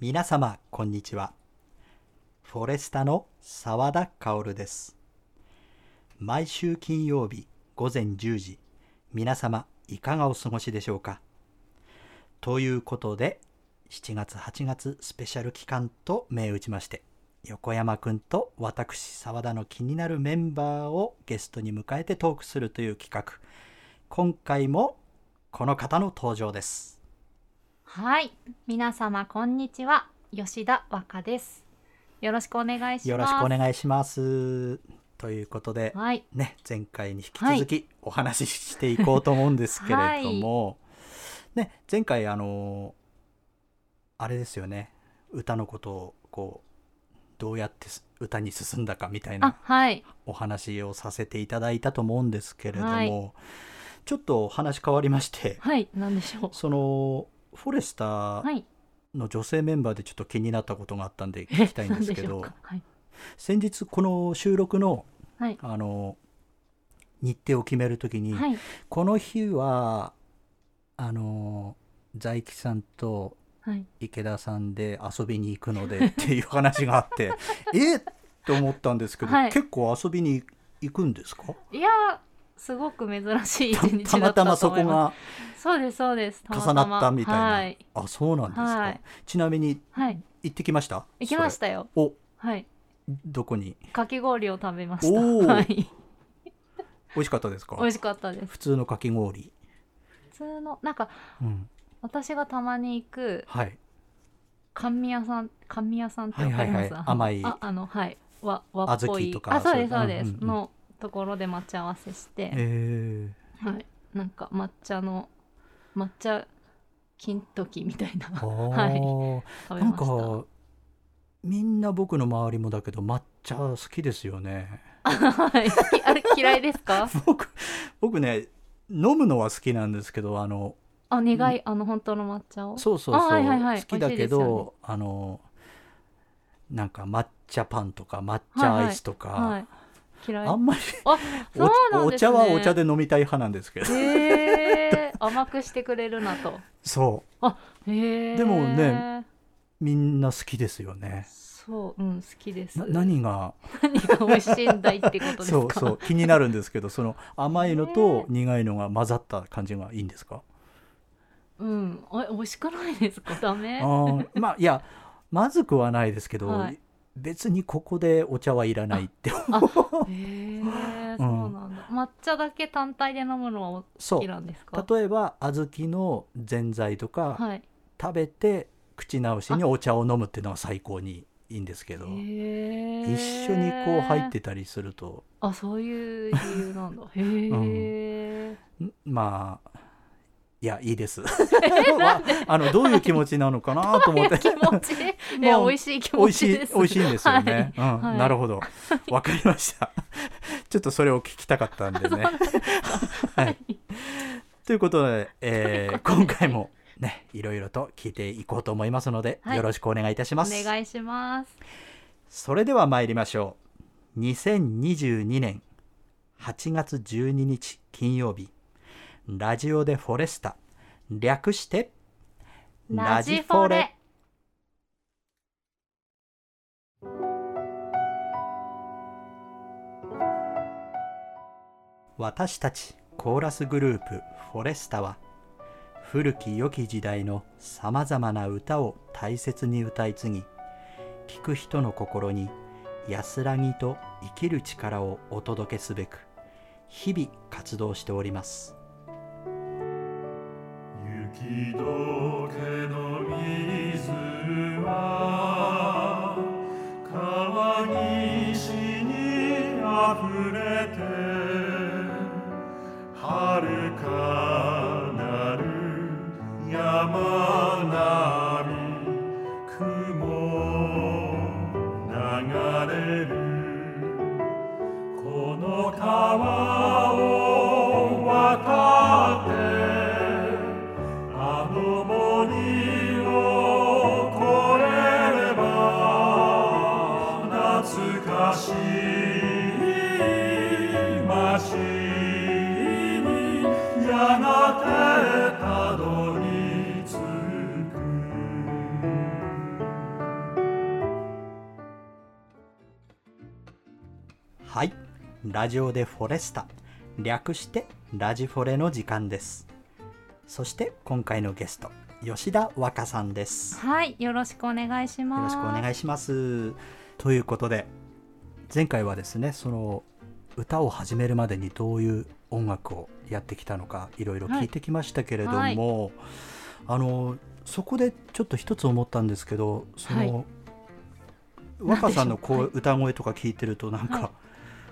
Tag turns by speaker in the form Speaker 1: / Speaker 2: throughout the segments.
Speaker 1: 皆様、こんにちは。フォレスタの澤田薫です。毎週金曜日午前10時、皆様、いかがお過ごしでしょうか。ということで、7月8月スペシャル期間と銘打ちまして、横山くんと私澤田の気になるメンバーをゲストに迎えてトークするという企画。今回もこの方の登場です。
Speaker 2: はい、皆様こんにちは、吉田和歌です。よろしくお願いします。
Speaker 1: よろしくお願いします。ということで、
Speaker 2: はい、
Speaker 1: ね、前回に引き続きお話ししていこうと思うんですけれども、ね、前回あのあれですよね歌のことをこうどうやってす歌に進んだかみたい
Speaker 2: あ
Speaker 1: な、
Speaker 2: はい、
Speaker 1: お話をさせていただいたと思うんですけれども、
Speaker 2: はい
Speaker 1: ちょっとお話変わりまして
Speaker 2: はい、なんでしょ
Speaker 1: そのフォレスタ
Speaker 2: う。はい、
Speaker 1: の女性メンバーでちょっと気になったことがあったんで聞きたいんですけ
Speaker 2: な
Speaker 1: ど
Speaker 2: んしょうかはい、
Speaker 1: 先日この収録の、
Speaker 2: はい
Speaker 1: あの日程を決めるときに、
Speaker 2: はい、
Speaker 1: この日はあの在木さんと
Speaker 2: はい、
Speaker 1: 池田さんで遊びに行くの でっていう話があってえっと思ったんですけど、
Speaker 2: はい
Speaker 1: 結構遊びに行くんですか
Speaker 2: いやー、すごく珍しい一
Speaker 1: た
Speaker 2: 日
Speaker 1: た
Speaker 2: だ
Speaker 1: ま
Speaker 2: った
Speaker 1: た
Speaker 2: と思いま。
Speaker 1: ますそこが
Speaker 2: そうです、そうです。たま
Speaker 1: 重なったみたいな
Speaker 2: はい、
Speaker 1: あそうなんですか、
Speaker 2: はい
Speaker 1: ちなみに
Speaker 2: はい、
Speaker 1: 行ってきました
Speaker 2: 行きましたよ。
Speaker 1: それお
Speaker 2: はい、
Speaker 1: どこに
Speaker 2: かき氷を食べました。
Speaker 1: おー
Speaker 2: はい、
Speaker 1: 美味しかったですか
Speaker 2: 美味しかったです。
Speaker 1: 普通のかき氷、
Speaker 2: 普通の、なんか、
Speaker 1: うん、
Speaker 2: 私がたまに行く
Speaker 1: はい
Speaker 2: 甘味屋さん甘味屋さんってわかり
Speaker 1: は
Speaker 2: ま
Speaker 1: いは
Speaker 2: す、
Speaker 1: いはい甘い
Speaker 2: ああのはい和和っぽ
Speaker 1: 小豆
Speaker 2: い
Speaker 1: とか
Speaker 2: あそうですそうです、
Speaker 1: うんうんうん
Speaker 2: のところで待ち合わせして、
Speaker 1: え
Speaker 2: はいなんか抹茶の抹茶金時みたいな
Speaker 1: ー、あ
Speaker 2: はい
Speaker 1: ー
Speaker 2: 食べ
Speaker 1: なん
Speaker 2: ました
Speaker 1: かみんな僕の周りもだけど抹茶好きですよね
Speaker 2: はいきあれ嫌いですか
Speaker 1: 僕僕ね飲むのは好きなんですけどあの
Speaker 2: あ苦いあの本当の抹茶を
Speaker 1: そうそうそう、
Speaker 2: あはいはいはい
Speaker 1: 好きだけ
Speaker 2: 美味しいですよ
Speaker 1: ど、あのなんか抹茶パンとか抹茶アイスとか、
Speaker 2: はい嫌い
Speaker 1: あんまり
Speaker 2: あそうなん
Speaker 1: お
Speaker 2: です
Speaker 1: 茶
Speaker 2: ね
Speaker 1: はお茶で飲みたい派なんですけど
Speaker 2: へえ甘くしてくれるなと
Speaker 1: そ
Speaker 2: へえ
Speaker 1: でもねうみんな好きですよね
Speaker 2: そううん好きです
Speaker 1: な何が
Speaker 2: 何が美味しいんだいってことですか
Speaker 1: そうそう気になるんですけどその甘いのと苦いのが混ざった感じがいいんですか
Speaker 2: うん、お美味しくないですか。 ダメ。
Speaker 1: あーまあいやまずくはないですけど、
Speaker 2: はい
Speaker 1: 別にここでお茶はいらないって
Speaker 2: へえ、そうなんだ。抹茶だけ単体で飲むのはお
Speaker 1: そ
Speaker 2: 好
Speaker 1: う
Speaker 2: きなんですか。
Speaker 1: 例えば小豆のぜんざいとか
Speaker 2: はい。
Speaker 1: 食べて口直しにお茶を飲むっていうのは最高にいいんですけど、
Speaker 2: へえ。
Speaker 1: 一緒にこう入っ。てたりすると
Speaker 2: あ、そういう理由なんだ。へえ。
Speaker 1: んまあいやいい です。 わあのどういう気持ちなのかなと思って
Speaker 2: 気持 ち。え、
Speaker 1: まあ
Speaker 2: 美味しい気
Speaker 1: 美
Speaker 2: 持
Speaker 1: 味し
Speaker 2: ち
Speaker 1: い
Speaker 2: です。
Speaker 1: 美味しいんですよね。うん、
Speaker 2: はい
Speaker 1: なるほど。わかりました。ちょっとそれを聞きたかったん でね。はい。ということで、え ー今回もね、いろいろと聞いていこうと思いますので、
Speaker 2: はい
Speaker 1: よろしくお願いいたしま
Speaker 2: はい。
Speaker 1: す。
Speaker 2: お願いします。
Speaker 1: それでは参りましょう。2022年8月12日金曜日、ラジオでフォレスタ、略して、
Speaker 2: ラジフォレ。
Speaker 1: 私たちコーラスグループフォレスタは古き良き時代のさまざまな歌を大切に歌い継ぎ聴く人の心に安らぎと生きる力をお届けすべく日々活動しております
Speaker 3: 雪解けの水は川岸にあふれて遥かなる山並み雲流れるこの川を渡ってあの森を越えれば懐かしい街にやがてたどり着く
Speaker 1: はいラジオでフォレスタ略してラジフォレの時間ですそして今回のゲスト吉田若さんですよ
Speaker 2: はい、よろしくお願いしま
Speaker 1: ろ
Speaker 2: す。
Speaker 1: しくお願いしますということで前回はですねその歌を始めるまでにどういう音楽をやってきたのかいろいろ聞いてきましたけれども、
Speaker 2: はい
Speaker 1: あのそこでちょっと一つ思ったんですけどその、
Speaker 2: はい
Speaker 1: 若さんのこ
Speaker 2: なん
Speaker 1: う歌声とか聞いてるとなんか、
Speaker 2: はい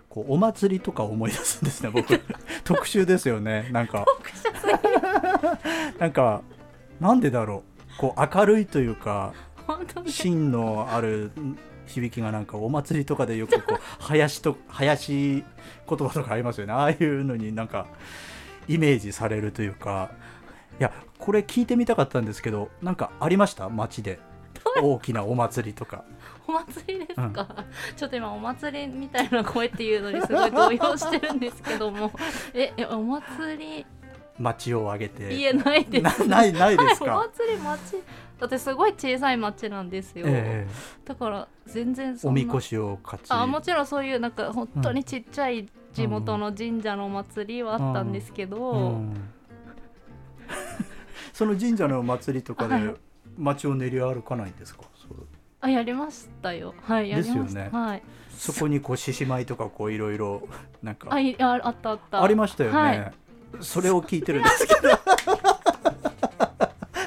Speaker 1: こうお祭りとか思い出すんですね 僕特集ですよねなんか なんかなんでだろうこう明るいというか
Speaker 2: 本当に。
Speaker 1: 芯のある響きがなんかお祭りとかでよくこう 林と林言葉とかありますよねああいうのになんかイメージされるというかいやこれ聞いてみたかったんですけどなんかありました街で大きなお祭りとか
Speaker 2: お祭りですか、ちょっと今お祭りみたいな声っていうのにすごい動揺してるんですけどもええお祭り
Speaker 1: 街を挙げて
Speaker 2: 言えないです
Speaker 1: なないないですか、
Speaker 2: はい、お祭り町だってすごい小さい町なんですよ、
Speaker 1: え
Speaker 2: だから全然
Speaker 1: え
Speaker 2: そん
Speaker 1: お
Speaker 2: な
Speaker 1: みこしを担い
Speaker 2: あもちろんそういうなんか本当にちっちゃい地元の神社のお祭りはあったんですけど、
Speaker 1: うん その神社のお祭りとか
Speaker 2: は
Speaker 1: で
Speaker 2: い
Speaker 1: 街を練り歩かないんですか、そう
Speaker 2: あやりましたよはいやりました
Speaker 1: ですよね
Speaker 2: はい
Speaker 1: そこにこう獅子舞とかこういろいろなんか
Speaker 2: あいああったあった
Speaker 1: ありましたよね、
Speaker 2: はい
Speaker 1: それを聞いてるんですけ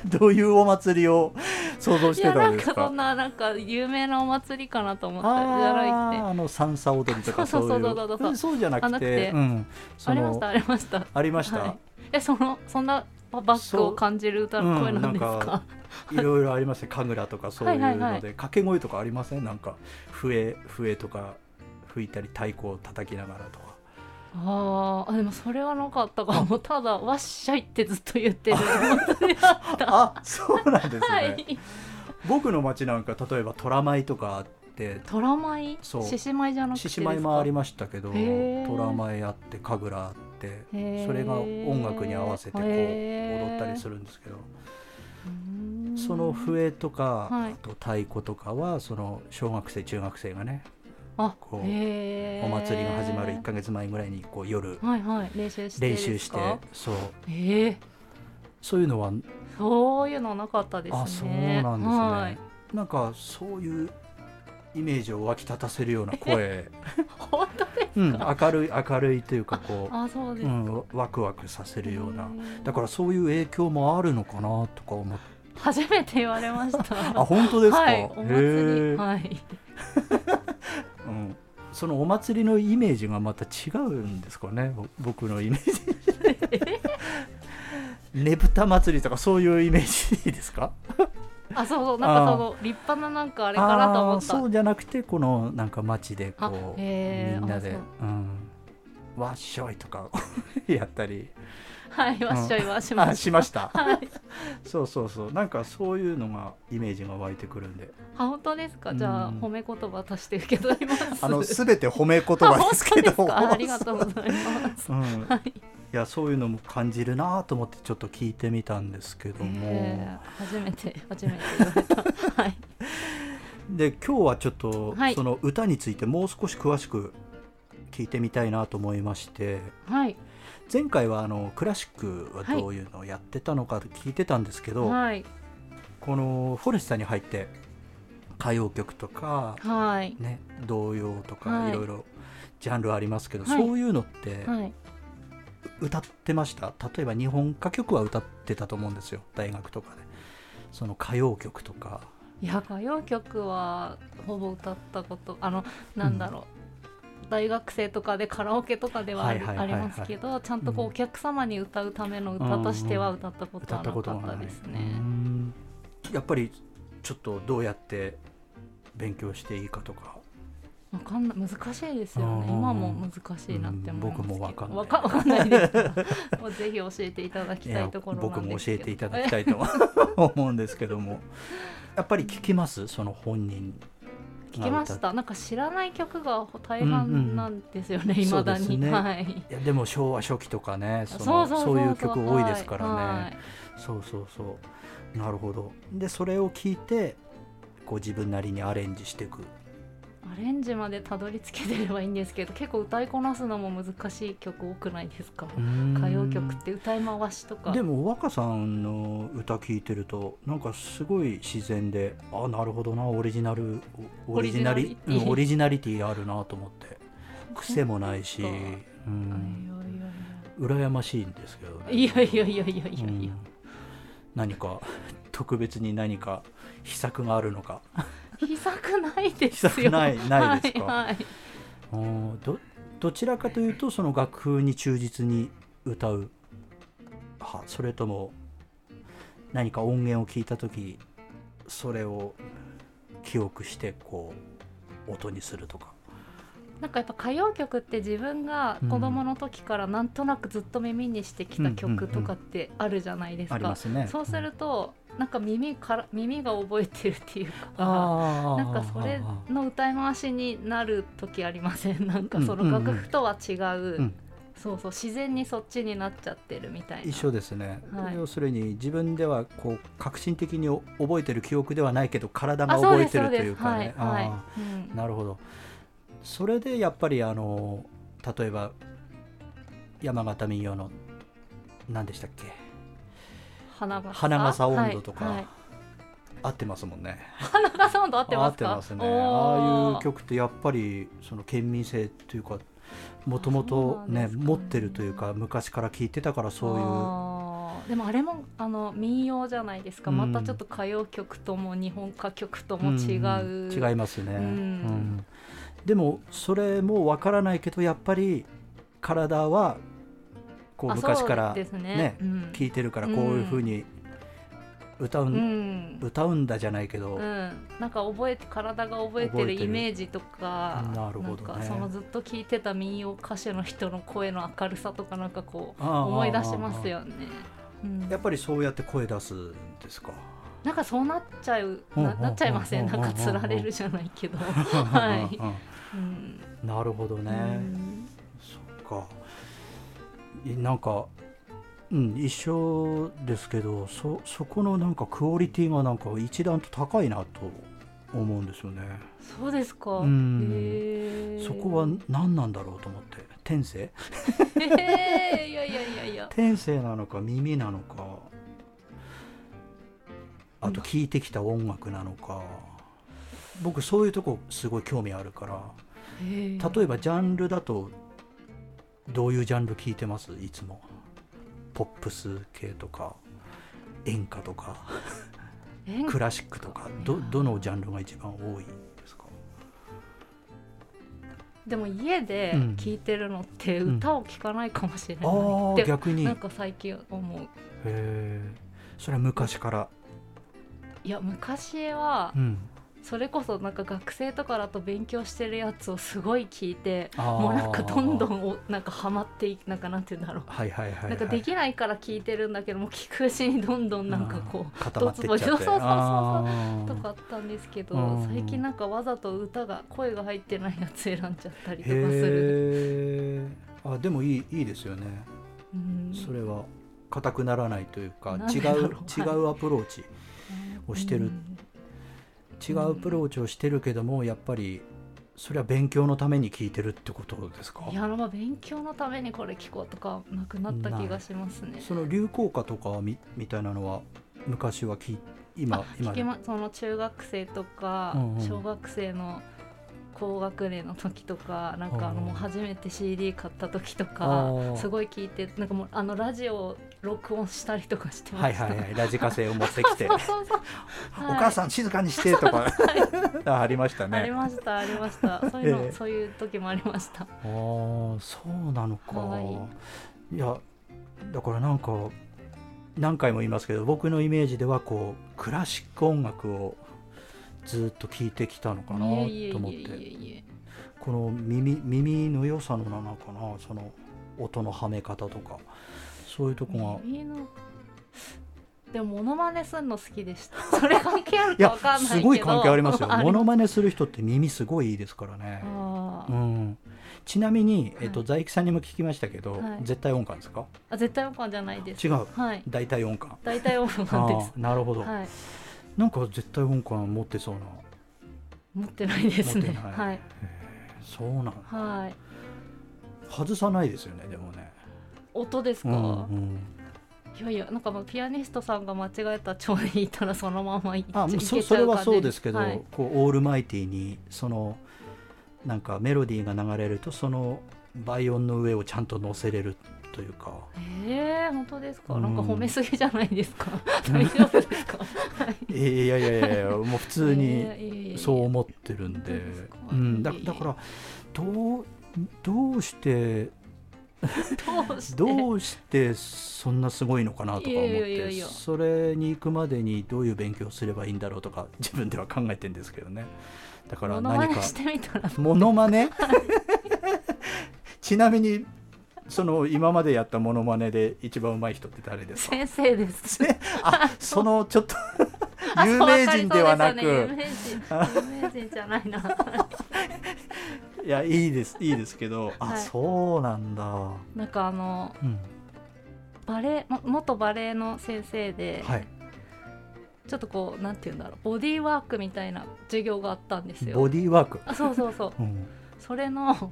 Speaker 1: どどういうお祭りを想像し
Speaker 2: い
Speaker 1: て
Speaker 2: やな
Speaker 1: たん
Speaker 2: ん
Speaker 1: で
Speaker 2: か
Speaker 1: す
Speaker 2: そ
Speaker 1: か
Speaker 2: んななんか有名なお祭りかなと思ったじゃ
Speaker 1: あ
Speaker 2: ないって
Speaker 1: ーあのさんさ踊りとか
Speaker 2: そ
Speaker 1: そうう
Speaker 2: そ
Speaker 1: いうう
Speaker 2: そうそうそう
Speaker 1: うんそうじゃな
Speaker 2: あな
Speaker 1: く
Speaker 2: く
Speaker 1: て
Speaker 2: て
Speaker 1: うんそ
Speaker 2: あり
Speaker 1: の
Speaker 2: ましたありました
Speaker 1: ありました、
Speaker 2: はいえそのそんなババックを感じる歌の声なんですか,、
Speaker 1: そううんなんいろいろありますね神楽とかそういうので、
Speaker 2: はいはいはい
Speaker 1: 掛け声とかありませんなんか笛笛とか吹いたり太鼓を叩きながらと か
Speaker 2: あーあでもそれはなかったかもただ「わっしゃい」ってずっと言ってる
Speaker 1: あそうなんですね、
Speaker 2: はい
Speaker 1: 僕の町なんか例えば虎舞とかあって
Speaker 2: 「虎舞」
Speaker 1: そう
Speaker 2: 獅子舞じゃなくて
Speaker 1: 獅子舞もありましたけど
Speaker 2: へー
Speaker 1: 虎舞あって神楽あって
Speaker 2: す
Speaker 1: それが音楽に合わせてこう踊ったりす
Speaker 2: る
Speaker 1: るんですけどその笛とか、
Speaker 2: はい
Speaker 1: あと太鼓とかはその小学生中学生がね
Speaker 2: あ
Speaker 1: こうお
Speaker 2: お
Speaker 1: 祭りが始まる1か月前ぐらいにこう夜
Speaker 2: はいはい練習して
Speaker 1: 練習して
Speaker 2: です
Speaker 1: そ
Speaker 2: か
Speaker 1: う
Speaker 2: ええ
Speaker 1: そういうのは、
Speaker 2: そういうのなかったですね
Speaker 1: あそうなんですね、
Speaker 2: はい
Speaker 1: なんかそういうイメージを湧き立たせるような声、
Speaker 2: 本当です
Speaker 1: うん、明るい明るいというかこ
Speaker 2: あそう
Speaker 1: う、
Speaker 2: で
Speaker 1: う
Speaker 2: す
Speaker 1: ん、ワクワクさせるような
Speaker 2: へえ
Speaker 1: だからそういう影響もあるのかなとか思って
Speaker 2: 初めて言われました
Speaker 1: あ本当ですか、
Speaker 2: は
Speaker 1: へ
Speaker 2: いお祭
Speaker 1: え
Speaker 2: りはい
Speaker 1: うん、そのお祭りのイメージがまた違うんですかねぼ僕のイメージねぶた祭りとかそういうイメージですか
Speaker 2: あそうそうなんかその立派ななんかあれかなと思
Speaker 1: あー
Speaker 2: った
Speaker 1: そうじゃなくてこのなんか街でこ
Speaker 2: あ
Speaker 1: うみ
Speaker 2: へー
Speaker 1: んなで「
Speaker 2: あ
Speaker 1: うん、わっしょい」とか やったり
Speaker 2: はいわっしょいわっしょい
Speaker 1: あ しました
Speaker 2: はい
Speaker 1: そうそうそうなんかそういうのがイメージが湧いてくるん で
Speaker 2: あ本当ですかじゃあ
Speaker 1: うん
Speaker 2: 褒め言葉として受け取ります
Speaker 1: あの
Speaker 2: あ
Speaker 1: 全て褒め言
Speaker 2: 本
Speaker 1: 葉です
Speaker 2: 当
Speaker 1: けど
Speaker 2: ですか ありがとうございます
Speaker 1: うん、
Speaker 2: はい
Speaker 1: いやそういうのも感じるなと思ってちょっと聞いてみたんですけども
Speaker 2: えー初めて初めて言われたはい
Speaker 1: で今日はちょっと、
Speaker 2: はい
Speaker 1: その歌についてもう少し詳しく聞いてみたいなと思いまして
Speaker 2: はい
Speaker 1: 前回はあのクラシックはどういうのをやってたのか聞いてたんですけど、
Speaker 2: はい
Speaker 1: このフォレスタに入って歌謡曲とか、
Speaker 2: はい
Speaker 1: ね、童謡と
Speaker 2: は
Speaker 1: か
Speaker 2: い
Speaker 1: いろいろジャンルありますけど、
Speaker 2: はい
Speaker 1: そういうのって
Speaker 2: はい
Speaker 1: 歌ってました、例えば日本歌曲は歌ってたと思うんですよ大学とかでその歌謡曲とか
Speaker 2: いや歌謡曲はほぼ歌ったことあのなんだろう、大学生とかでカラオケとかではあり,、
Speaker 1: はいはいはいはい
Speaker 2: ありますけどちゃんとこう
Speaker 1: うん
Speaker 2: お客様に歌うための歌としては歌ったこと
Speaker 1: 歌
Speaker 2: は
Speaker 1: った
Speaker 2: なか
Speaker 1: こ
Speaker 2: っ
Speaker 1: とがな
Speaker 2: た
Speaker 1: い
Speaker 2: です
Speaker 1: う
Speaker 2: ね。
Speaker 1: んやっぱりちょっとどうやって勉強していいかとか
Speaker 2: わかんない難しいですよ
Speaker 1: うんうん
Speaker 2: ね。今も難しいなって思いますけど、
Speaker 1: うん僕もわかんない
Speaker 2: わわか んないですか。もうぜひ教えていただきたいところ
Speaker 1: 僕
Speaker 2: なん
Speaker 1: も
Speaker 2: で
Speaker 1: 教
Speaker 2: すけ
Speaker 1: え
Speaker 2: ど。
Speaker 1: ていただきたいと 思うんですけどもやっぱり聞きますその本人
Speaker 2: 聞きま
Speaker 1: が歌っ
Speaker 2: した。なんか知らない曲が大半なんですよね。未
Speaker 1: そう
Speaker 2: だ
Speaker 1: で
Speaker 2: に、
Speaker 1: すね
Speaker 2: はい。
Speaker 1: いやでも昭和初期とかねそのそういう曲多いですからね、
Speaker 2: はいはい
Speaker 1: そうそうそうなるほどでそれを聞いてこう自分なりにアレンジしていく
Speaker 2: アレンジまでたどり着けてればいいんですけど結構歌いこなすのも難しい曲多くないですか歌謡曲って歌い回しとか
Speaker 1: でも若さんの歌聞いてるとなんかすごい自然であなるほどなオリジナルオリジナリ
Speaker 2: オリジナリティ
Speaker 1: うんオリジナリティあるなと思って癖もないし、
Speaker 2: そううですいや
Speaker 1: ん、羨ましいんですけどね
Speaker 2: いやいやいやいやいやいやいや
Speaker 1: う
Speaker 2: いや
Speaker 1: ん何か特別に何か秘策があるのか
Speaker 2: 秘策ないですよ
Speaker 1: 秘策ないないですか
Speaker 2: はいはい
Speaker 1: うんどどちらかというとその楽譜に忠実に歌う派それとも何か音源を聞いた時それを記憶してこう音にするとか
Speaker 2: なんかやっぱ歌謡曲って自分が子供の時からなんとなくずっと耳にしてきた曲とかってあるじゃないです
Speaker 1: ありま
Speaker 2: か。
Speaker 1: すね。
Speaker 2: そうするとなんか耳から耳が覚えてるっていうか。
Speaker 1: あー
Speaker 2: なんかそれの歌い回しになる時ありません なんか
Speaker 1: う
Speaker 2: そ
Speaker 1: ん
Speaker 2: の
Speaker 1: うんうん
Speaker 2: 楽譜とは違う、
Speaker 1: うん
Speaker 2: そうそう自然にそっちになっちゃってるみたいな
Speaker 1: 一緒ですね、
Speaker 2: はい
Speaker 1: 要するに自分ではこう革新的に覚えてる記憶ではないけど体が
Speaker 2: あそう
Speaker 1: 覚え
Speaker 2: です
Speaker 1: て
Speaker 2: そ
Speaker 1: る
Speaker 2: う
Speaker 1: と
Speaker 2: で
Speaker 1: い
Speaker 2: す
Speaker 1: うかね。
Speaker 2: はい
Speaker 1: あー
Speaker 2: はいうん
Speaker 1: なるほどそれでやっぱりあの例えば山形民謡の何でしたっけ
Speaker 2: 花が
Speaker 1: 花笠音頭とか、
Speaker 2: はいはい
Speaker 1: 合ってますもんね
Speaker 2: 花笠音頭合って
Speaker 1: 合
Speaker 2: ま
Speaker 1: っ
Speaker 2: す
Speaker 1: て
Speaker 2: か
Speaker 1: ますね
Speaker 2: おー
Speaker 1: ああいう曲ってやっぱりその県民性というかもともとね
Speaker 2: あそうなんですかね
Speaker 1: 持ってるというか昔から聞いてたからそういう
Speaker 2: あーでもあれもあの民謡じゃないですか、
Speaker 1: うん
Speaker 2: またちょっと歌謡曲とも日本歌曲とも違う、
Speaker 1: ん違いますね、
Speaker 2: うん
Speaker 1: うんでもそれもわからないけどやっぱり体はこう
Speaker 2: あ
Speaker 1: 昔から
Speaker 2: そうですね
Speaker 1: ね
Speaker 2: うん、
Speaker 1: 聞いてるからこういうふうに歌う、
Speaker 2: うんん、
Speaker 1: 歌うんだじゃないけど、
Speaker 2: うん、なんか覚えて体が覚えて
Speaker 1: 覚
Speaker 2: る
Speaker 1: えてる
Speaker 2: イメージとか
Speaker 1: なるほどね
Speaker 2: なんかそのずっと聞いてた民謡歌手の人の声の明るさとかなんかこう
Speaker 1: ああ
Speaker 2: 思い出しますよね。うん
Speaker 1: やっぱりそうやって声出すんですか
Speaker 2: なんかそうなっちゃう
Speaker 1: うんうん
Speaker 2: な
Speaker 1: うん
Speaker 2: なっちゃいませんなんかつられるじゃないけ どはい、
Speaker 1: い
Speaker 2: うん、
Speaker 1: なるほどね、
Speaker 2: うん
Speaker 1: そっかいなんかうん一緒ですけどそそこのなんかクオリティがなんか一段と高いなと思うんですよね
Speaker 2: そうですか。
Speaker 1: うん
Speaker 2: へー
Speaker 1: そこは何なんだろうと思って天性
Speaker 2: へーいやいやいや いや。
Speaker 1: 天性なのか耳なのかあと聴いてきた音楽なのか僕そういうとこすごい興味あるから例えばジャンルだとどういうジャンル聴いてますいつもポップス系とか演歌とか
Speaker 2: え
Speaker 1: クラシックとかどどのジャンルが一番多いですか
Speaker 2: でも家で
Speaker 1: うん
Speaker 2: 聞いてるのって
Speaker 1: うん
Speaker 2: 歌を聞かないかもしれ
Speaker 1: あ
Speaker 2: ない
Speaker 1: あ
Speaker 2: っ
Speaker 1: ー
Speaker 2: て、
Speaker 1: 逆に
Speaker 2: な
Speaker 1: へ
Speaker 2: んか最近思う。
Speaker 1: えそれは昔から
Speaker 2: いや昔は
Speaker 1: うん
Speaker 2: それこそなんか学生とかだと勉強してるやつをすごい聞いて
Speaker 1: も
Speaker 2: もうなんかどんどんおなんかハマっていくなんかなんて言うんだろう。
Speaker 1: はいはいはい、はい、
Speaker 2: なんかできないから聞いてるんだけどもう聞くうちにどんどんなんかこ
Speaker 1: う固まってっちゃって
Speaker 2: ドツボそうそうそうそう
Speaker 1: あ
Speaker 2: う
Speaker 1: ー
Speaker 2: とかあったんですけど
Speaker 1: うん
Speaker 2: 最近なんかわざと歌が声が入ってないやつ選んじゃったりとかする、
Speaker 1: へえあでもいいいいですよね、
Speaker 2: うん、
Speaker 1: それは硬くならないというか
Speaker 2: なん
Speaker 1: 違
Speaker 2: でだろう
Speaker 1: う違うアプローチをしてる
Speaker 2: うん
Speaker 1: 違うアプローチをしてるけどもやっぱりそれは勉強のために聞いてるってことですか
Speaker 2: いやまあ勉強のためにこれ聞こうとかなくなった気がしますね。
Speaker 1: その流行歌とかみみたいなのは昔は聞い今
Speaker 2: あ
Speaker 1: 今
Speaker 2: 聞きまその中学生とか、
Speaker 1: うんうん
Speaker 2: 小学生の高学年の時とかなんかあ
Speaker 1: うんう
Speaker 2: の
Speaker 1: ん
Speaker 2: もう初めて CD 買った時と
Speaker 1: あ
Speaker 2: か
Speaker 1: ー
Speaker 2: すごい聞いてなんかもうあのラジオを録音したりとかして
Speaker 1: は
Speaker 2: ま
Speaker 1: い
Speaker 2: した。
Speaker 1: はいはいラジカセを持ってきて
Speaker 2: そうそうそう
Speaker 1: お母
Speaker 2: ん、
Speaker 1: さん静かにしてとか あありました
Speaker 2: はいあり
Speaker 1: ね
Speaker 2: ましたありま したそういうの、
Speaker 1: ええ
Speaker 2: そういう時もありました
Speaker 1: ああーそうなのか、、
Speaker 2: はい
Speaker 1: やだからなんか何回も言いますけど僕のイメージではこうクラシック音楽をずっと聴いてきたのかなと
Speaker 2: いえいえいえ
Speaker 1: 思っ
Speaker 2: いえ
Speaker 1: て
Speaker 2: いえ
Speaker 1: この耳耳の良さのなのかなその音のはめ方とかそういうとこが
Speaker 2: 耳のでもモノマネすんの好きでした それ関係ある
Speaker 1: い
Speaker 2: か
Speaker 1: や
Speaker 2: わかんないけど
Speaker 1: すごい関係ありますよ
Speaker 2: あ
Speaker 1: モノマネする人って耳すごいいいですからね、
Speaker 2: あ
Speaker 1: う
Speaker 2: ー
Speaker 1: ん、ちなみに、えっと、
Speaker 2: はい
Speaker 1: 在木さんにも聞きましたけど、
Speaker 2: はい
Speaker 1: 絶対音感ですか
Speaker 2: あ絶対音感じゃないです
Speaker 1: 違う
Speaker 2: はい
Speaker 1: 大体音感
Speaker 2: 大体音感
Speaker 1: あ
Speaker 2: です
Speaker 1: ーなるほど、
Speaker 2: はい
Speaker 1: なんか絶対音感持ってそうな
Speaker 2: 持ってないですね
Speaker 1: 持ってない
Speaker 2: はい
Speaker 1: へーそうなんだ
Speaker 2: はい
Speaker 1: 外さないですよねでもね
Speaker 2: 音ですか、
Speaker 1: うんうん
Speaker 2: いやいやなんかもうピアニストさんが間違えた調でいたらそのままいっ
Speaker 1: あ
Speaker 2: い
Speaker 1: もう
Speaker 2: け
Speaker 1: そ
Speaker 2: ち
Speaker 1: そ
Speaker 2: ゃ
Speaker 1: れ
Speaker 2: う感
Speaker 1: は
Speaker 2: じ
Speaker 1: そうですけど、
Speaker 2: はい
Speaker 1: こうオールマイティにそのなんかメロディーが流れるとその倍音の上をちゃんと乗せれるというか
Speaker 2: えー、本当ですか、
Speaker 1: うん
Speaker 2: なんか褒めすぎじゃないで すか大丈夫ですか
Speaker 1: いやいやいやいやもう普通に
Speaker 2: に
Speaker 1: そう思ってるんで、
Speaker 2: 本当ですか
Speaker 1: うん、だ
Speaker 2: いえいえ
Speaker 1: だからどうどうして
Speaker 2: どうして
Speaker 1: どうしてそんなすごいのかなとか思っ
Speaker 2: いやいやいやい
Speaker 1: て
Speaker 2: や
Speaker 1: それに行くまでにどういう勉強をすればいいんだろうと か自分では考えてるんですけどねだから
Speaker 2: 物
Speaker 1: 何か
Speaker 2: 真似してみたら
Speaker 1: モノマネ ちなみにその今までやったモノマネで一番上手い人って誰ですか
Speaker 2: 先生です
Speaker 1: あそのちょっと
Speaker 2: あ
Speaker 1: 有名人ではなく、
Speaker 2: そうわかりそうですよね有名人有名人じゃないな
Speaker 1: いやいいですいいですけどあ、
Speaker 2: はい
Speaker 1: そうなんだ、
Speaker 2: なんかあの
Speaker 1: うん、
Speaker 2: バレエも元バレエの先生で、
Speaker 1: はい
Speaker 2: ちょっとこうなんて言うんだろうボディーワークみたいな授業があったんです
Speaker 1: ボ
Speaker 2: よ
Speaker 1: ディーワーク、
Speaker 2: あそうそうそ
Speaker 1: う
Speaker 2: う
Speaker 1: ん
Speaker 2: それの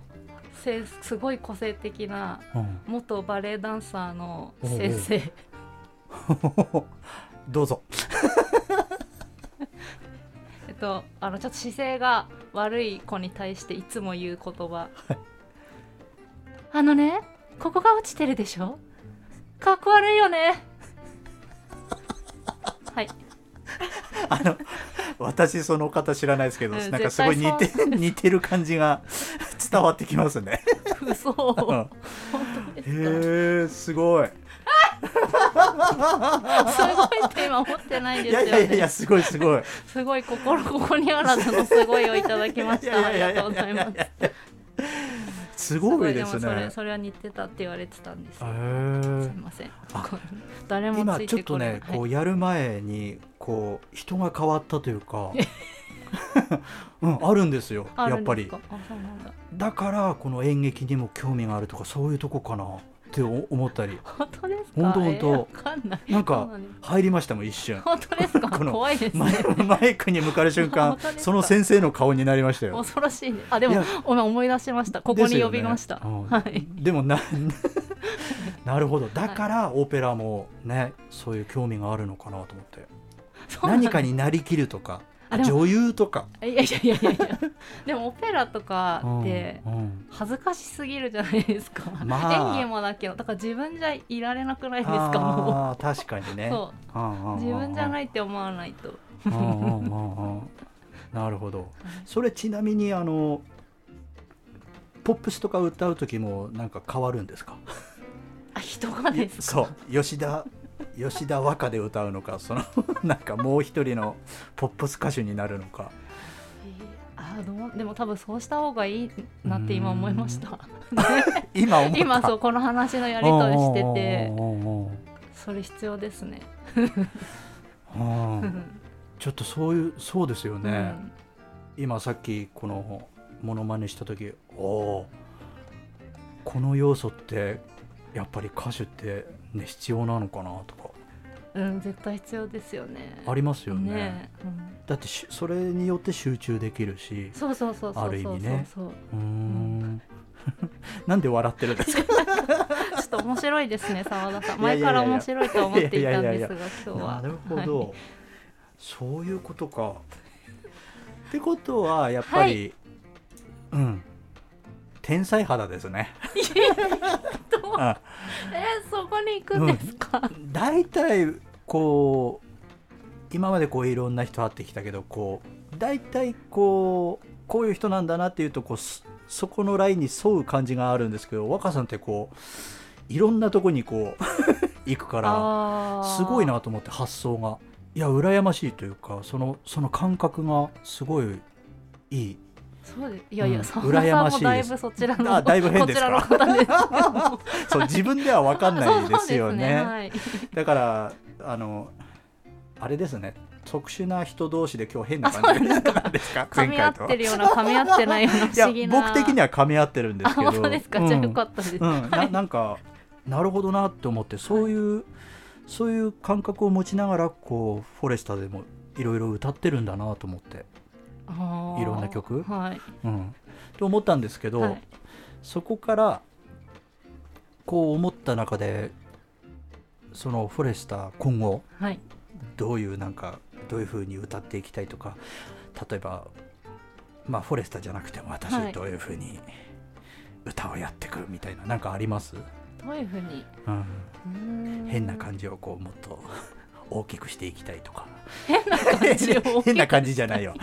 Speaker 2: せんすごい個性的な
Speaker 1: うん、
Speaker 2: 元バレエダンサーの先生
Speaker 1: どうぞ
Speaker 2: えっとあのちょっと姿勢が悪い子に対していつも言う言葉あのねここが落ちてるでしょかっこ悪いよねはい
Speaker 1: あの私その方知らないですけど、
Speaker 2: うん
Speaker 1: なんかすごい似て
Speaker 2: 絶対そう
Speaker 1: 似てる感じ が伝わってきますね
Speaker 2: 嘘
Speaker 1: うん
Speaker 2: 本当
Speaker 1: へ
Speaker 2: です
Speaker 1: えすごい
Speaker 2: かすごいって今思ってないんで
Speaker 1: い
Speaker 2: す
Speaker 1: や
Speaker 2: よ
Speaker 1: いやいやい
Speaker 2: ね
Speaker 1: やすごいすごい
Speaker 2: すごい心ここにあらずのすごいをいただきまし
Speaker 1: い
Speaker 2: たあ
Speaker 1: やいや
Speaker 2: り
Speaker 1: いや
Speaker 2: がと
Speaker 1: いう
Speaker 2: ございます
Speaker 1: やすごいです
Speaker 2: すごいもそれ
Speaker 1: ね
Speaker 2: それは似てたって言われてたんです
Speaker 1: へ
Speaker 2: よ
Speaker 1: ー
Speaker 2: すみません
Speaker 1: あ。
Speaker 2: 誰も
Speaker 1: 今
Speaker 2: つい
Speaker 1: ちょってと
Speaker 2: これない。
Speaker 1: ねこうやる前にこう人が変わったという かうんあるんですよ
Speaker 2: あ
Speaker 1: や
Speaker 2: る
Speaker 1: っ
Speaker 2: ん
Speaker 1: ぱ
Speaker 2: です
Speaker 1: り
Speaker 2: かあ、そうなんだ。
Speaker 1: だからこの演劇にも興味があるとかそういうとこかなってお思ったり
Speaker 2: 本当ですか。
Speaker 1: 本当
Speaker 2: えー
Speaker 1: 本
Speaker 2: わかんない。
Speaker 1: なん
Speaker 2: そう
Speaker 1: か
Speaker 2: なんです
Speaker 1: 入りましたもん一瞬
Speaker 2: 本当ですか。
Speaker 1: この
Speaker 2: 怖いです
Speaker 1: マイ
Speaker 2: ね。
Speaker 1: マイクに向かる瞬間
Speaker 2: 本当ですか
Speaker 1: その先生の顔になりましたよ
Speaker 2: 恐ろしいね。あ、で
Speaker 1: い
Speaker 2: も
Speaker 1: や、
Speaker 2: 今思い出しました。ここに呼びました。
Speaker 1: ですよねうん
Speaker 2: はい。
Speaker 1: でもな なるほどだからオペラもねそういう興味があるのかなと思って
Speaker 2: そうなん
Speaker 1: 何
Speaker 2: だ
Speaker 1: か。になりきるとか
Speaker 2: あでも
Speaker 1: 女優とか
Speaker 2: いやいやいやいやいや。でも、オペラとかって。
Speaker 1: うんうん
Speaker 2: 恥ずかしすぎるじゃないですか、
Speaker 1: まあ
Speaker 2: 演技もだけどだから自分じゃいられなくないですかも
Speaker 1: あー確かに
Speaker 2: う
Speaker 1: ね
Speaker 2: そ
Speaker 1: うん
Speaker 2: う
Speaker 1: うんうん
Speaker 2: 自
Speaker 1: うん
Speaker 2: 分じゃないって思わないと
Speaker 1: うんうんうんうんなるほどそれちなみにあのポップスとか歌う時もなんか変わるんですか
Speaker 2: あ人がですか
Speaker 1: そう吉田吉田和歌で歌うのかその なんかもう一人のポップス歌手になるのか
Speaker 2: あーどうでも多分そうした方がいいなって今思いました。ね
Speaker 1: 今思った
Speaker 2: 今そううこの話のやり取りしてて
Speaker 1: うんうんうんうん
Speaker 2: それ必要ですね。
Speaker 1: うん
Speaker 2: う
Speaker 1: うんん ちょっとそういうそうですよ
Speaker 2: う
Speaker 1: ね、
Speaker 2: ん
Speaker 1: 今さっきこのモノマネした時おおこの要素ってやっぱり歌手って、ね、必要なのかなとか
Speaker 2: うん絶対必要ですよね。
Speaker 1: ありますよね
Speaker 2: ねえうん
Speaker 1: だってしそれによって集中できるし
Speaker 2: そうそうそうそ
Speaker 1: あ
Speaker 2: う
Speaker 1: る意
Speaker 2: そう
Speaker 1: 味
Speaker 2: そう
Speaker 1: ね
Speaker 2: そう。
Speaker 1: うーん なんで笑ってるんですか
Speaker 2: ちょっと面白いですね澤田さ
Speaker 1: い
Speaker 2: ん。
Speaker 1: や
Speaker 2: 前
Speaker 1: いや
Speaker 2: か
Speaker 1: いや
Speaker 2: ら面白いと思っていたんですが今日
Speaker 1: な
Speaker 2: は。
Speaker 1: るほど、
Speaker 2: はい
Speaker 1: そういうことか。ってことはやっぱり、うん天才肌ですね。
Speaker 2: どう
Speaker 1: あ
Speaker 2: えーそこに行くんですか。
Speaker 1: 大体こう今までこういろんな人会ってきたけどこう大体こうこういう人なんだなっていうとこうすそこのラインに沿う感じがあるんですけど若さんってこういろんなとこにこう 行くから。
Speaker 2: あー
Speaker 1: すごいなと思って発想がいや羨ましいというかそのその感覚がすごいいい
Speaker 2: そうです。いやいや、
Speaker 1: うん
Speaker 2: さん、さんもだい
Speaker 1: 羨ましいで
Speaker 2: ぶそちらの。
Speaker 1: あだいぶ変ですか
Speaker 2: こちらの方ですけども。
Speaker 1: そう自分では分かんないですよ
Speaker 2: そう
Speaker 1: ね
Speaker 2: はい、
Speaker 1: だからあのあれですね特殊な人同士で今日変な
Speaker 2: あ
Speaker 1: 感じなんですか
Speaker 2: 噛
Speaker 1: 前
Speaker 2: み
Speaker 1: 回
Speaker 2: 合っ
Speaker 1: と
Speaker 2: てるような、噛み合ってないような、
Speaker 1: い
Speaker 2: 不
Speaker 1: や
Speaker 2: 思議な。
Speaker 1: 僕的には噛み合ってるんですけど
Speaker 2: あ、本当ですか。じゃあ、よかったです。
Speaker 1: うん、うんな なんかなるほどなって思ってそういう、そういう感覚を持ちながらこうフォレスタでもいろいろ歌ってるんだなと思って
Speaker 2: あー
Speaker 1: いろんな曲
Speaker 2: はい
Speaker 1: うん、と思ったんですけど、
Speaker 2: はい
Speaker 1: そこからこう思った中でそのフォレスター今後
Speaker 2: はい
Speaker 1: どういうなんかどういう風に歌っていきたいとか例えばまあフォレスターじゃなくても私
Speaker 2: はい
Speaker 1: どういう風に歌をやってくるみたいななんかあります、
Speaker 2: どういうふうに
Speaker 1: うん、
Speaker 2: うーん
Speaker 1: 変な感じをこうもっと 大きくしていきたいとか
Speaker 2: 変な感じを
Speaker 1: 変な感じじゃないよ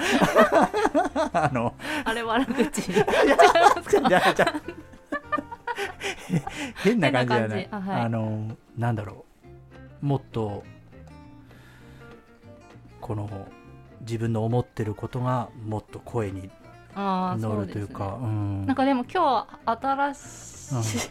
Speaker 1: あの
Speaker 2: あれ悪口
Speaker 1: じゃあじゃあ変な感じじゃない
Speaker 2: 変
Speaker 1: あ,、
Speaker 2: な感じあはい
Speaker 1: のなんだろうもっとこの自分の思ってることがもっと声に
Speaker 2: あー
Speaker 1: 乗
Speaker 2: そ
Speaker 1: る
Speaker 2: で
Speaker 1: という
Speaker 2: すね
Speaker 1: かうん
Speaker 2: なんかでも今日新しい、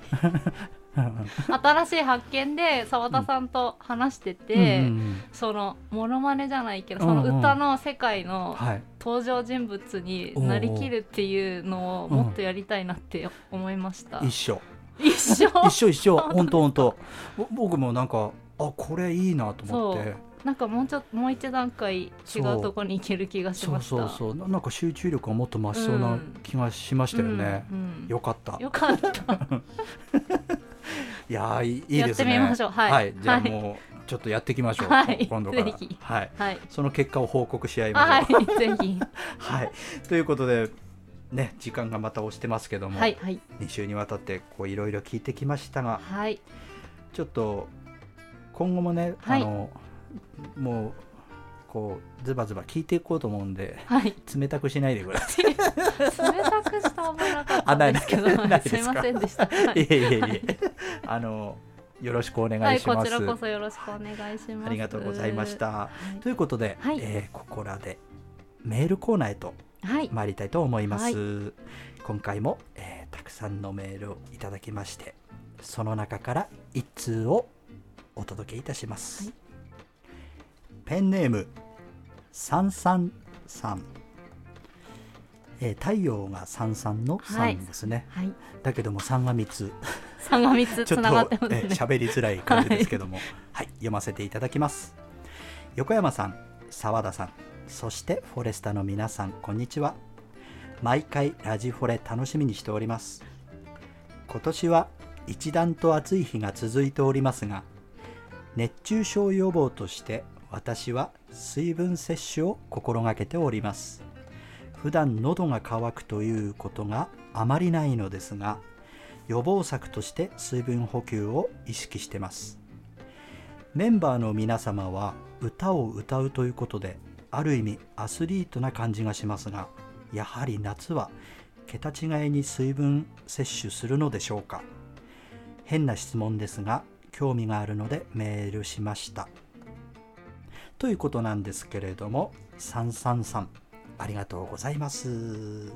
Speaker 2: 新しい発見で澤田さんと話してて、
Speaker 1: うんうん
Speaker 2: そのモノマネじゃないけど、
Speaker 1: うんうん
Speaker 2: その歌の世界の
Speaker 1: はい
Speaker 2: 登場人物になりきるっていうの
Speaker 1: おう
Speaker 2: を
Speaker 1: おう
Speaker 2: もっとやりたいなって思いました、
Speaker 1: 一緒
Speaker 2: 一緒
Speaker 1: 一緒一緒本当本当ぼ僕もなんかあこれいいなと思って
Speaker 2: なんかもうちょっともう一段階違うとこに行ける気がし
Speaker 1: そ
Speaker 2: ま
Speaker 1: う
Speaker 2: した
Speaker 1: そうそうななんか集中力がもっと増しそう
Speaker 2: う
Speaker 1: なん気がしましたよね、
Speaker 2: うんうん
Speaker 1: よかった
Speaker 2: よかった
Speaker 1: いやーいいいいですね。
Speaker 2: やってみましょうはい
Speaker 1: じゃあ
Speaker 2: はい
Speaker 1: もうちょっとやっていきましょう。
Speaker 2: はい
Speaker 1: 今度から。
Speaker 2: ぜひ
Speaker 1: はい。
Speaker 2: はい
Speaker 1: その結果を報告し合いましょう。
Speaker 2: は
Speaker 1: はいい。
Speaker 2: ぜひ
Speaker 1: ということでね時間がまた押してますけども、
Speaker 2: はいはい
Speaker 1: 2週にわたってこういろいろ聞いてきましたが、
Speaker 2: はい
Speaker 1: ちょっと今後もね、
Speaker 2: はい
Speaker 1: あのもうこうズバズバ聞いていこうと思うんで
Speaker 2: はい
Speaker 1: 冷たくしないでくださ
Speaker 2: 冷たくした覚えなかっ
Speaker 1: あな
Speaker 2: た
Speaker 1: い
Speaker 2: んですけど
Speaker 1: ないです
Speaker 2: す
Speaker 1: か。
Speaker 2: いませんでした、はい
Speaker 1: い
Speaker 2: い
Speaker 1: えいえいえ。あのよろしくお願
Speaker 2: はいい、
Speaker 1: します。
Speaker 2: こちらこそよろしくお願いします
Speaker 1: ありがとうございまし、た。
Speaker 2: はい
Speaker 1: ということで、
Speaker 2: はい
Speaker 1: えーここらでメールコーナーへと
Speaker 2: はい、
Speaker 1: 参りたいと思います、
Speaker 2: はい
Speaker 1: 今回も、えーたくさんのメールをいただきましてその中から一通をお届けいたします、
Speaker 2: はい
Speaker 1: ペンネームさんさんさんえー太陽が三三の
Speaker 2: はい
Speaker 1: 三ですね、
Speaker 2: はい、
Speaker 1: だけども三が三つ
Speaker 2: 三が三つ
Speaker 1: ちょ
Speaker 2: つ
Speaker 1: っと
Speaker 2: ながってます
Speaker 1: えー
Speaker 2: ね
Speaker 1: 喋りづらい感じですけども、はい、読ませていただきます。横山さん、澤田さん、そしてフォレスタの皆さん、こんにちは。毎回ラジフォレ楽しみにしております。今年は一段と暑い日が続いておりますが、熱中症予防として私は水分摂取を心がけております。普段喉が渇くということがあまりないのですが、予防策として水分補給を意識してますメンバーの皆様は歌を歌うということである意味アスリートな感じがしますがやはり夏は桁違いに水分摂取するのでしょうか変な質問ですが興味があるのでメールしましたということなんですけれども333ありがとうございます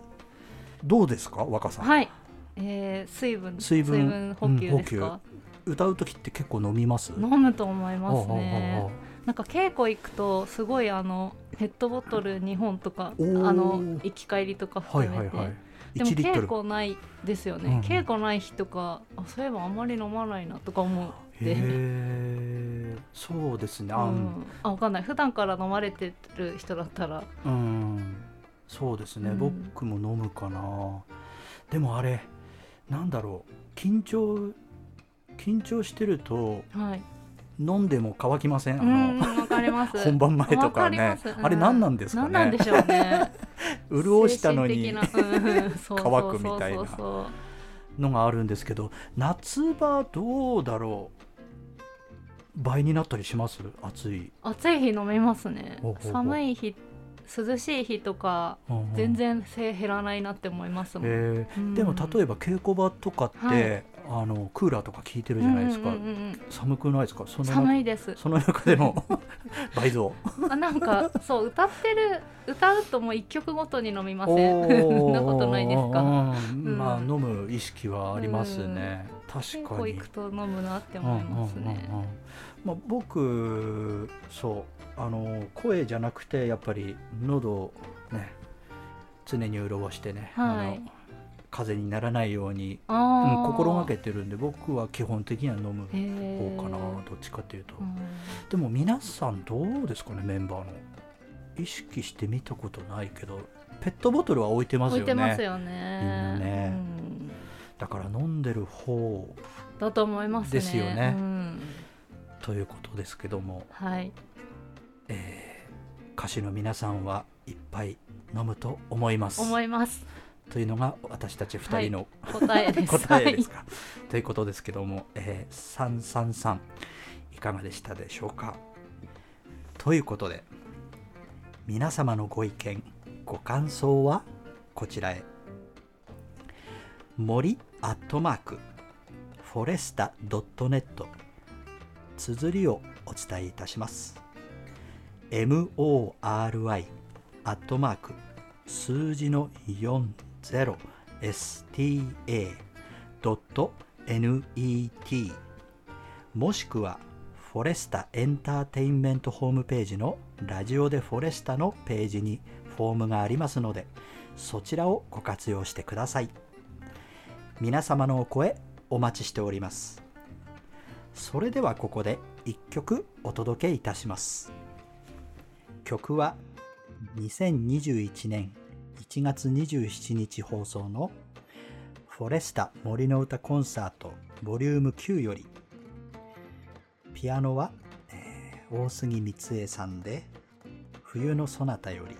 Speaker 1: どうですか若さん
Speaker 2: はい、えー、水分
Speaker 1: 水分
Speaker 2: 補給ですか、
Speaker 1: 歌う時って結構飲みます
Speaker 2: 飲むと思います
Speaker 1: おうおうおうお
Speaker 2: ね
Speaker 1: う
Speaker 2: なんか稽古行くとすごいあのペットボトル2本とかあ
Speaker 1: おー
Speaker 2: の行き帰りとか
Speaker 1: は
Speaker 2: 含
Speaker 1: い
Speaker 2: めて、
Speaker 1: はいはい
Speaker 2: でも
Speaker 1: 1リットル
Speaker 2: 稽古ないですよね、
Speaker 1: うんうん
Speaker 2: 稽古ない日とかあそういえばあんまり飲まないなとか思って、
Speaker 1: へえそうですね
Speaker 2: う
Speaker 1: あん
Speaker 2: ん、あわかんない普段から飲まれてる人だったら
Speaker 1: うん、そうですね、
Speaker 2: うん
Speaker 1: 僕も飲むかなでもあれなんだろう緊張緊張してると
Speaker 2: はい
Speaker 1: 飲んでも乾きませんあ
Speaker 2: う
Speaker 1: の、
Speaker 2: んわかります
Speaker 1: 本番前とか
Speaker 2: わ
Speaker 1: ね
Speaker 2: ります
Speaker 1: あれ何なんですか
Speaker 2: 何なん
Speaker 1: ね
Speaker 2: でしょうね
Speaker 1: 潤したのに
Speaker 2: 精神的なうんそうそう
Speaker 1: 乾くみたいな
Speaker 2: そうそうそう
Speaker 1: のがあるんですけど夏場どうだろう倍になったりします暑い、
Speaker 2: 暑い日飲みますね
Speaker 1: ほうほうほう
Speaker 2: 寒い日涼しい日とか
Speaker 1: うんうん
Speaker 2: 全然背減らないなって思いますもん、
Speaker 1: へえ
Speaker 2: うん
Speaker 1: でも例えば稽古場とかって、
Speaker 2: はい
Speaker 1: あのクーラーとか効いてるじゃないですか、
Speaker 2: うんうんうんうん
Speaker 1: 寒くないですかその
Speaker 2: 寒いです
Speaker 1: その中で の倍増
Speaker 2: あなんかそう歌ってる歌うともう一曲ごとに飲みませんそ
Speaker 1: おー
Speaker 2: んなことないですか
Speaker 1: うん
Speaker 2: うん
Speaker 1: まあ飲む意識はありますね、
Speaker 2: 結
Speaker 1: 確か
Speaker 2: 構
Speaker 1: に
Speaker 2: 行くと飲むなって思いますね
Speaker 1: うんうんうんうんまあ、僕そうあの声じゃなくてやっぱり喉をね常に潤してね、
Speaker 2: は
Speaker 1: あ
Speaker 2: い
Speaker 1: の風邪にならないように、うん、
Speaker 2: あー
Speaker 1: 心がけてるんで僕は基本的には飲む
Speaker 2: へー
Speaker 1: 方かなどっちかというと、
Speaker 2: うん
Speaker 1: でも皆さんどうですかねメンバーの意識して見たことないけどペットボトルは置いてます
Speaker 2: 置い
Speaker 1: よ
Speaker 2: て
Speaker 1: ね
Speaker 2: ますよね
Speaker 1: みんなね
Speaker 2: うん
Speaker 1: だから飲んでる方
Speaker 2: だと思いますね
Speaker 1: ですよね
Speaker 2: うん
Speaker 1: ということですけども、
Speaker 2: はい
Speaker 1: えー歌手の皆さんはいっぱい飲むと思います
Speaker 2: 思います
Speaker 1: というのが私たち2人の
Speaker 2: 答えです
Speaker 1: 答えです
Speaker 2: は
Speaker 1: か、ということですけども、えー、333いかがでしたでしょうかということで皆様のご意見ご感想はこちらへ森アットマークフォレスタ .net 綴りをお伝えいたします mori アットマーク数字の 40sta.net もしくはフォレスタエンターテインメントホームページのラジオでフォレスタのページにフォームがありますのでそちらをご活用してください皆様のお声お待ちしておりますそれではここで1曲お届けいたします曲は2021年1月27日放送のフォレスタ森の歌コンサートボリューム9よりピアノは、えー大杉光恵さんで冬のそなたより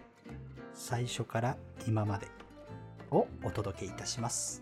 Speaker 1: 最初から今までをお届けいたします。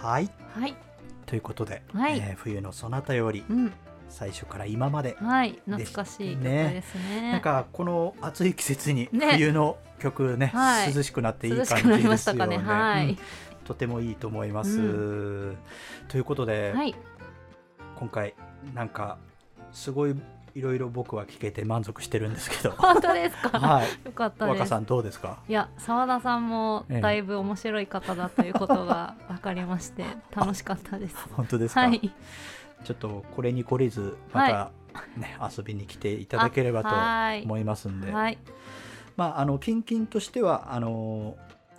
Speaker 1: はい。
Speaker 2: い
Speaker 1: ということで、
Speaker 2: はい
Speaker 1: えー冬のそなたより
Speaker 2: うん
Speaker 1: 最初から今まで、
Speaker 2: はい懐かしい曲ですね
Speaker 1: なんかこの暑い季節に
Speaker 2: ね
Speaker 1: 冬の曲ね
Speaker 2: はい
Speaker 1: 涼しくなっていい
Speaker 2: 涼
Speaker 1: 感
Speaker 2: しくなり
Speaker 1: じで
Speaker 2: まし
Speaker 1: すよ
Speaker 2: たかね
Speaker 1: ね。
Speaker 2: は
Speaker 1: う
Speaker 2: い
Speaker 1: ん、とてもいいと思います。ということで、
Speaker 2: はい
Speaker 1: 今回なんかすごいいろいろ僕は聞けて満足してるんですけ ど
Speaker 2: 本当ですか、
Speaker 1: はい
Speaker 2: よかったです
Speaker 1: 若さんどうですか
Speaker 2: いや澤田さんも
Speaker 1: ええ
Speaker 2: だいぶ面白い方だということが分かりまして楽しかったです。
Speaker 1: 本当ですか、
Speaker 2: はい、
Speaker 1: ちょっとこれに懲りずまた、ね遊びに来ていただければと
Speaker 2: はい
Speaker 1: 思いますんで、
Speaker 2: はい、
Speaker 1: まああのピンキンとしてはあの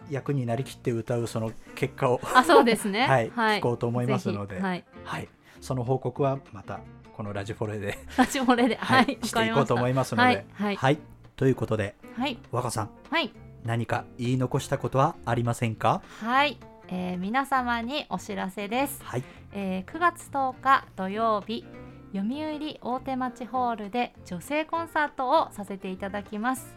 Speaker 1: 役になりきって歌うその結果を、
Speaker 2: あそうですね。
Speaker 1: はい聞こうと思いますので、
Speaker 2: ぜひはい、
Speaker 1: はいその報告はまたこのラジフォレ で、
Speaker 2: 私もこれで、はい、わ
Speaker 1: し
Speaker 2: か
Speaker 1: て
Speaker 2: り
Speaker 1: い
Speaker 2: ま
Speaker 1: こうと思いますので、
Speaker 2: はいはい
Speaker 1: はい、ということで
Speaker 2: したはい、
Speaker 1: 若さん
Speaker 2: はい、
Speaker 1: 何か言い残したことはありませんか
Speaker 2: はい、えー皆様にお知らせです。
Speaker 1: はい
Speaker 2: えー9月10日土曜日。読売大手町ホールで女性コンサートをさせていただきます、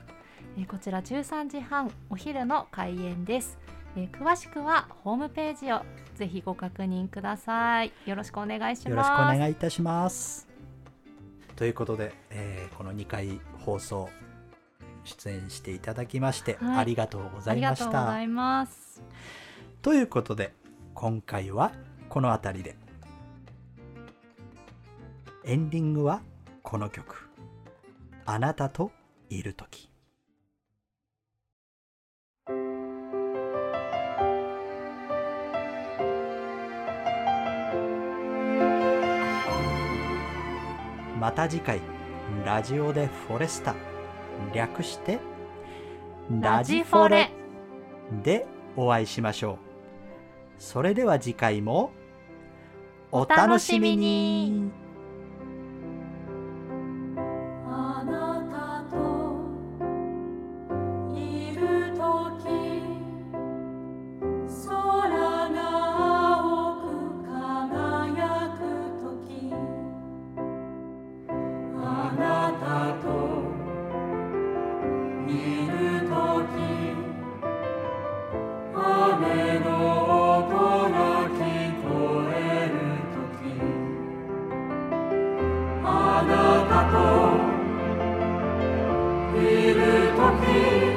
Speaker 2: えーこちら13時半お昼の開演です、えー詳しくはホームページをぜひご確認くださいよろしくお願いします
Speaker 1: よろしくお願いいたします。ということで、えーこの2回放送出演していただきまして、
Speaker 2: はい
Speaker 1: ありがとうござ
Speaker 2: あ
Speaker 1: い
Speaker 2: りが
Speaker 1: ま
Speaker 2: とう
Speaker 1: し
Speaker 2: ござ
Speaker 1: た。
Speaker 2: います
Speaker 1: ということで今回はこの辺りでエンディングはこの曲「あなたといる時」。また次回ラジオでフォレスタ略して
Speaker 2: ラジフォレ
Speaker 1: でお会いしましょうそれでは次回もお
Speaker 2: 楽
Speaker 1: 楽
Speaker 2: し
Speaker 1: し
Speaker 2: み
Speaker 1: み
Speaker 2: に
Speaker 1: に
Speaker 4: 「あなたといるとき」「空が青く輝くとき」「あなたといるとき」「雨の音が聞こえるとき」あなたといるとき